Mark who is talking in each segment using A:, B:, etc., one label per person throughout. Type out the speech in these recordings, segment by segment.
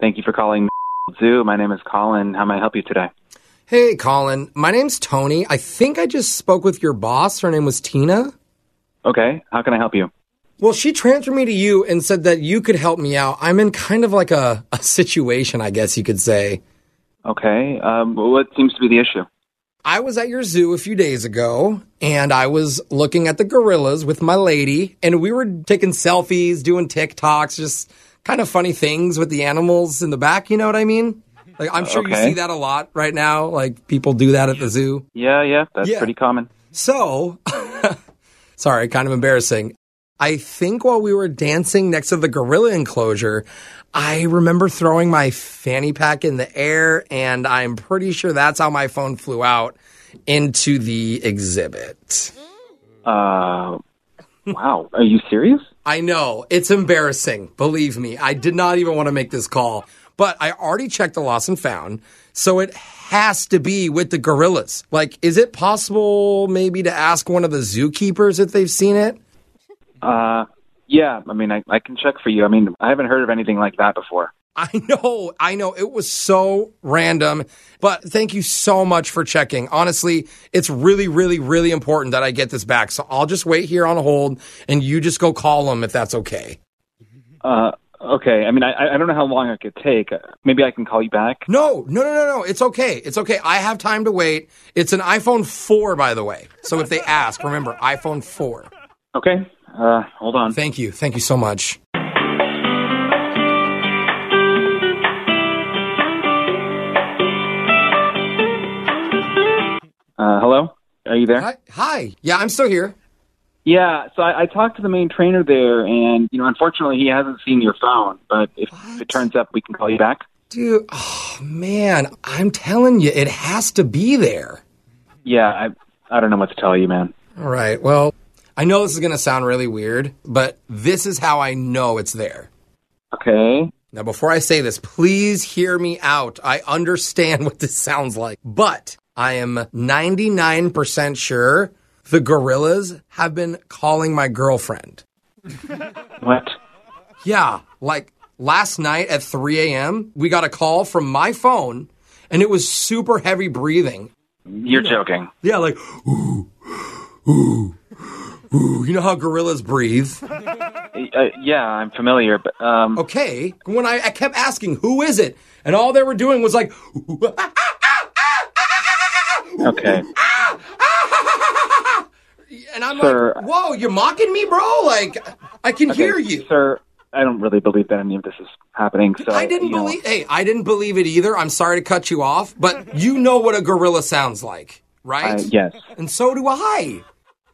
A: Thank you for calling Zoo. My name is Colin. How may I help you today?
B: Hey, Colin. My name's Tony. I think I just spoke with your boss. Her name was Tina.
A: Okay, how can I help you?
B: Well, she transferred me to you and said that you could help me out. I'm in kind of like a, a situation, I guess you could say.
A: Okay, um, what seems to be the issue?
B: I was at your zoo a few days ago and I was looking at the gorillas with my lady and we were taking selfies, doing TikToks, just kind of funny things with the animals in the back, you know what I mean? Like I'm sure
A: Okay.
B: you see that a lot right now, like people do that at the zoo.
A: Yeah, yeah, that's
B: Yeah.
A: pretty common.
B: So, sorry, kind of embarrassing. I think while we were dancing next to the gorilla enclosure, I remember throwing my fanny pack in the air, and I'm pretty sure that's how my phone flew out into the exhibit.
A: Uh, wow, are you serious?
B: I know it's embarrassing. Believe me, I did not even want to make this call, but I already checked the lost and found, so it has to be with the gorillas. Like, is it possible maybe to ask one of the zookeepers if they've seen it?
A: Uh, yeah, I mean, I, I can check for you. I mean, I haven't heard of anything like that before.
B: I know, I know. It was so random, but thank you so much for checking. Honestly, it's really, really, really important that I get this back. So I'll just wait here on hold and you just go call them if that's okay.
A: Uh, okay, I mean, I, I don't know how long it could take. Maybe I can call you back.
B: No, no, no, no, no. It's okay. It's okay. I have time to wait. It's an iPhone 4, by the way. So if they ask, remember, iPhone 4.
A: Okay, uh, hold on.
B: Thank you. Thank you so much.
A: Uh, hello? Are you there?
B: Hi. Hi. Yeah, I'm still here.
A: Yeah, so I, I talked to the main trainer there, and you know, unfortunately, he hasn't seen your phone. But if it turns up, we can call you back.
B: Dude, oh, man, I'm telling you, it has to be there.
A: Yeah, I I don't know what to tell you, man.
B: All right. Well, I know this is going to sound really weird, but this is how I know it's there.
A: Okay,
B: Now, before I say this, please hear me out. I understand what this sounds like, but I am 99% sure the gorillas have been calling my girlfriend.
A: what?
B: Yeah, like last night at 3 a.m., we got a call from my phone and it was super heavy breathing.
A: You're joking.
B: Yeah, like, ooh, ooh, ooh. You know how gorillas breathe?
A: Uh, yeah, I'm familiar, but
B: Oh,
A: um,
B: okay. When I, I kept asking, who is it? And all they were doing was like,
A: okay.
B: and I'm
A: Sir.
B: like, whoa, you're mocking me, bro? Like, I can hear you.
A: sir. I don't really believe that any of this is happening. So
B: I didn't
A: you know.
B: believe, hey, I didn't believe it either. I'm sorry to cut you off, but you know what a gorilla sounds like, right?
A: Uh, yes.
B: And so do I.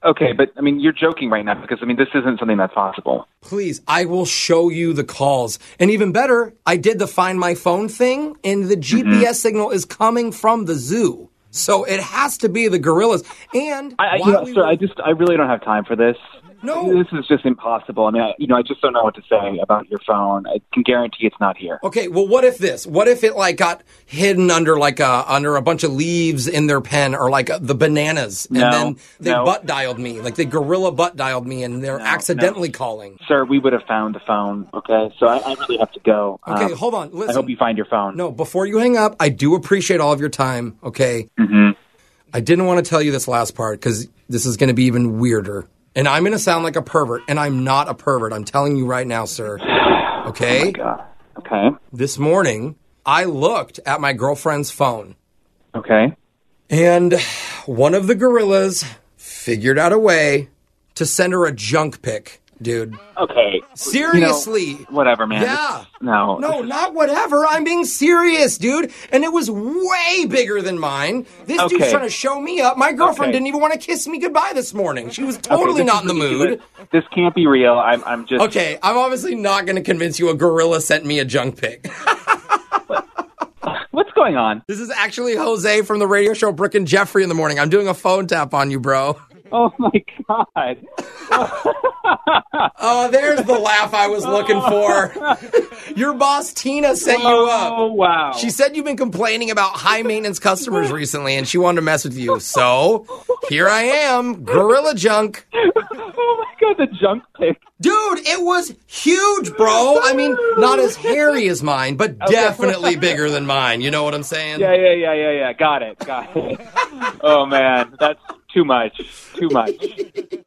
A: Okay, but I mean, you're joking right now because I mean, this isn't something that's possible.
B: Please, I will show you the calls. And even better, I did the find my phone thing, and
A: Mm-hmm.
B: the GPS signal is coming from the zoo. So it has to be the gorillas. And
A: I, I, you
B: while
A: know,
B: we
A: sir,
B: were-
A: I just I really don't have time for this.
B: No.
A: this is just impossible. I mean, I, you know, I just don't know what to say about your phone. I can guarantee it's not here.
B: Okay, well, what if this? What if it like got hidden under like a under a bunch of leaves in their pen, or like uh, the bananas, and
A: No,
B: then they
A: no.
B: butt dialed me, like they gorilla butt dialed me, and they're accidentally calling.
A: Sir, we would have found the phone. Okay, so I, I really have to go.
B: Okay,
A: Um,
B: hold on. Listen,
A: I hope you find your phone.
B: no, before you hang up, I do appreciate all of your time. Okay,
A: Mm-hmm.
B: I didn't want to tell you this last part because this is going to be even weirder, and I'm going to sound like a pervert, and I'm not a pervert. I'm telling you right now, sir. Okay,
A: Oh God. Okay.
B: this morning I looked at my girlfriend's phone.
A: Okay.
B: And one of the gorillas figured out a way to send her a junk pic, dude.
A: Okay.
B: Seriously.
A: Whatever, man.
B: Yeah.
A: This- no.
B: No, not whatever. I'm being serious, dude. And it was way bigger than mine. This dude's
A: Okay.
B: trying to show me up. My girlfriend
A: Okay.
B: didn't even want to kiss me goodbye this morning. She was totally
A: this
B: not
A: is
B: in the mood.
A: ridiculous. This can't be real. I'm. I'm just.
B: Okay, I'm obviously not going to convince you a gorilla sent me a junk pic.
A: What's going on?
B: this is actually Jose from the radio show Brooke and Jeffrey in the morning. I'm doing a phone tap on you, bro.
A: Oh my God.
B: oh, there's the laugh I was looking for. Your boss Tina set you up.
A: Oh wow!
B: She said you've been complaining about high maintenance customers recently and she wanted to mess with you. So here I am, Gorilla Junk.
A: oh my god, the junk pic.
B: Dude, it was huge, bro. I mean, not as hairy as mine, but definitely bigger than mine. You know what I'm saying?
A: Yeah, yeah, yeah, yeah, yeah. Got it, got it. oh man, that's too much. Too much.